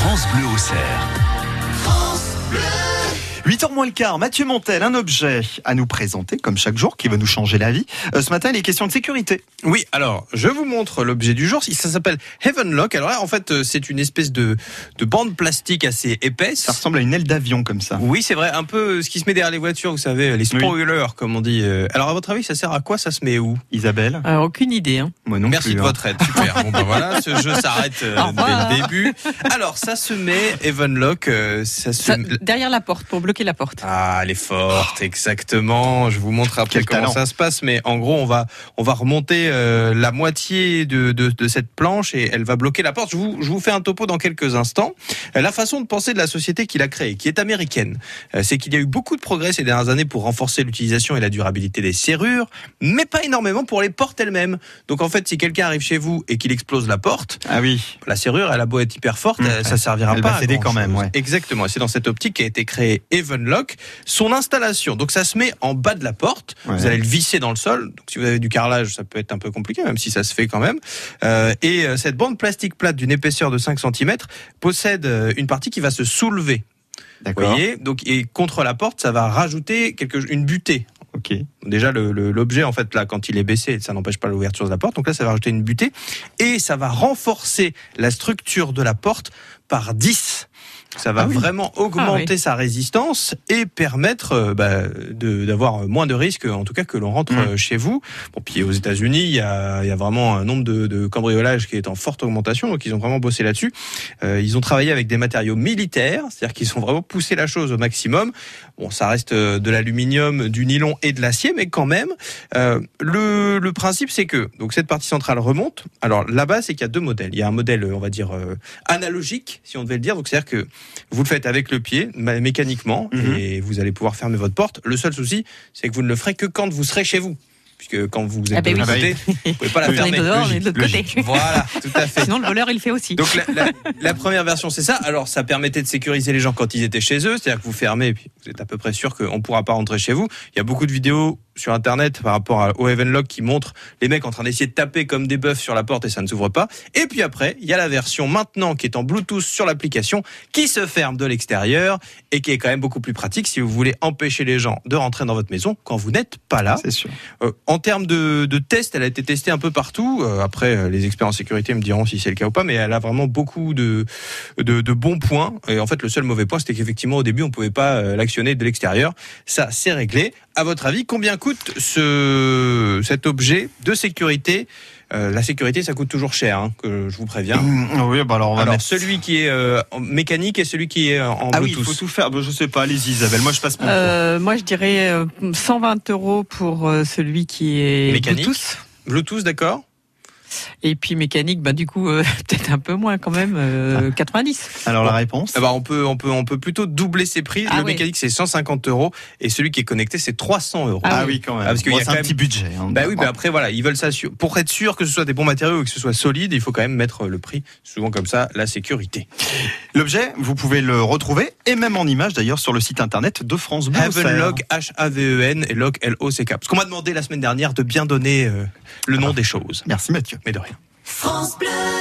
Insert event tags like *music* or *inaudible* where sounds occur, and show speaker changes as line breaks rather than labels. Bleu Auxerre. 8h moins le quart, Mathieu Montel, un objet à nous présenter, comme chaque jour, qui va nous changer la vie. Euh, ce matin, il est question de sécurité.
Oui, alors je vous montre l'objet du jour. Ça s'appelle Heaven Lock. Alors là, en fait, euh, c'est une espèce de, de bande plastique assez épaisse.
Ça ressemble à une aile d'avion, comme ça.
Oui, c'est vrai, un peu euh, ce qui se met derrière les voitures, vous savez, les
Oui.
spoilers, comme on dit. Euh, Alors à votre avis, ça sert à quoi Ça se met où
Isabelle
Alors, aucune idée. Hein.
Moi non
Merci
plus,
de
hein.
votre aide. Super. Bon ben voilà, ce jeu s'arrête euh,
Au revoir.
dès le début. Alors ça se met Heaven Lock. euh, ça se
Ça,
met-
derrière la porte, pour bloquer la porte.
Ah, elle est forte, exactement. Je vous montre après
Oh. Quel
comment
talent.
ça se passe, mais en gros, on va on va remonter euh, la moitié de, de, de cette planche et elle va bloquer la porte. Je vous je vous fais un topo dans quelques instants. Euh, La façon de penser de la société qu'il a créée, qui est américaine, euh, c'est qu'il y a eu beaucoup de progrès ces dernières années pour renforcer l'utilisation et la durabilité des serrures, mais pas énormément pour les portes elles-mêmes. Donc en fait, si quelqu'un arrive chez vous et qu'il explose la porte,
Ah oui,
la serrure, elle a beau être hyper forte,
Mmh.
euh, ça servira
Elle
pas
va
à
céder
grand-chose.
quand même, ouais.
Exactement. Et c'est dans cette optique qu'a été créé Evenlock. Son installation, donc ça se met en bas de la porte.
Ouais.
Vous allez le visser dans le sol. Donc si vous avez du carrelage, ça peut être un peu compliqué, même si ça se fait quand même. Euh, et euh, cette bande plastique plate d'une épaisseur de 5 cm possède euh, une partie qui va se soulever. Vous
d'accord.
voyez Donc et contre la porte, ça va rajouter quelque une butée.
Ok.
Déjà, le- le- l'objet, en fait, là, quand il est baissé, ça n'empêche pas l'ouverture de la porte. Donc là, ça va rajouter une butée. Et ça va renforcer la structure de la porte par 10. Ça va
Ah oui.
vraiment augmenter sa résistance et permettre euh, bah, de- d'avoir moins de risques, en tout cas, que l'on rentre
Mm.
euh, chez vous. Bon, puis aux États-Unis, il y a, il y a vraiment un nombre de, de cambriolages qui est en forte augmentation. Donc, ils ont vraiment bossé là-dessus. Euh, ils ont travaillé avec des matériaux militaires, c'est-à-dire qu'ils ont vraiment poussé la chose au maximum. Bon, ça reste euh, de l'aluminium, du nylon et de l'acier, mais quand même, euh, le, le principe c'est que donc cette partie centrale remonte. Alors là-bas, c'est qu'il y a deux modèles. Il y a un modèle, euh, on va dire euh, analogique, si on devait le dire. Donc c'est-à-dire que vous le faites avec le pied, mé- mécaniquement,
Mhm.
et vous allez pouvoir fermer votre porte. Le seul souci, c'est que vous ne le ferez que quand vous serez chez vous, puisque quand vous êtes
Ah ben
de
oui.
l'autre côté, vous pouvez pas la
Quand on est
fermer.
dehors, on est de l'autre
logique,
côté.
Voilà, tout à fait.
*laughs* Sinon, le voleur, il le fait aussi.
Donc la, la- la première version, c'est ça. Alors ça permettait de sécuriser les gens quand ils étaient chez eux, c'est-à-dire que vous fermez et puis vous êtes à peu près sûr qu'on ne pourra pas rentrer chez vous. Il y a beaucoup de vidéos sur Internet par rapport à, au Heavenlock qui montrent les mecs en train d'essayer de taper comme des bœufs sur la porte et ça ne s'ouvre pas. Et puis après, il y a la version maintenant qui est en Bluetooth sur l'application qui se ferme de l'extérieur et qui est quand même beaucoup plus pratique si vous voulez empêcher les gens de rentrer dans votre maison quand vous n'êtes pas là.
C'est sûr.
Euh, en termes de, de tests, elle a été testée un peu partout. Euh, après, euh, les experts en sécurité me diront si c'est le cas ou pas, mais elle a vraiment beaucoup de, de, de bons points. Et en fait, le seul mauvais point, c'était qu'effectivement, au début, on pouvait pas euh, l'actionner de l'extérieur. Ça, c'est réglé. À votre avis, combien coûte ce, cet objet de sécurité Euh, La sécurité, ça coûte toujours cher, hein, que je vous préviens.
Mmh, oui, bah alors on va
Alors,
mettre-
celui qui est euh, en mécanique et celui qui est euh, en
Ah oui,
Bluetooth.
il faut tout faire. Bah, je sais pas, allez-y Isabelle, moi je passe mon tour.
Euh, moi, je dirais euh, 120 euros pour euh, celui qui est
Mécanique.
Bluetooth.
Bluetooth, d'accord
Et puis mécanique, bah, du coup, euh, *laughs* peut-être un peu moins quand même, euh, 90.
Alors la réponse
Ah bah, on peut on peut on peut plutôt doubler ses prix.
Ah
le
oui.
mécanique c'est 150 euros et celui qui est connecté c'est 300 euros.
Ah
Ah
oui.
oui, quand même.
Ah, parce qu'il
Bon,
y a
c'est
quand
un
même-
petit budget. hein.
Bah oui, mais après voilà, ils veulent s'assurer. Pour être sûr que ce soit des bons matériaux et que ce soit solide, il faut quand même mettre le prix. Souvent comme ça, la sécurité.
L'objet, vous pouvez le retrouver et même en image d'ailleurs sur le site internet de France Bleu.
Haven
Auxerre.
Lock H A V E N et Lock L O C K. Parce qu'on m'a
Ah bah.
demandé la semaine dernière de bien donner euh, le nom des choses.
Merci Mathieu.
Mais de rien.